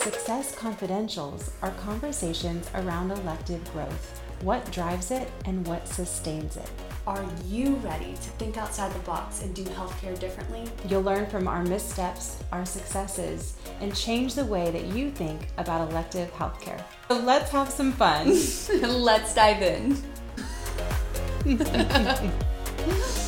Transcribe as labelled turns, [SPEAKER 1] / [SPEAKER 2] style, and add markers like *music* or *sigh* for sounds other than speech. [SPEAKER 1] Success Confidentials are conversations around elective growth what drives it and what sustains it.
[SPEAKER 2] Are you ready to think outside the box and do healthcare differently? *laughs*
[SPEAKER 1] You'll learn from our missteps, our successes, and change the way that you think about elective healthcare. So let's have some fun. *laughs*
[SPEAKER 2] Let's dive in.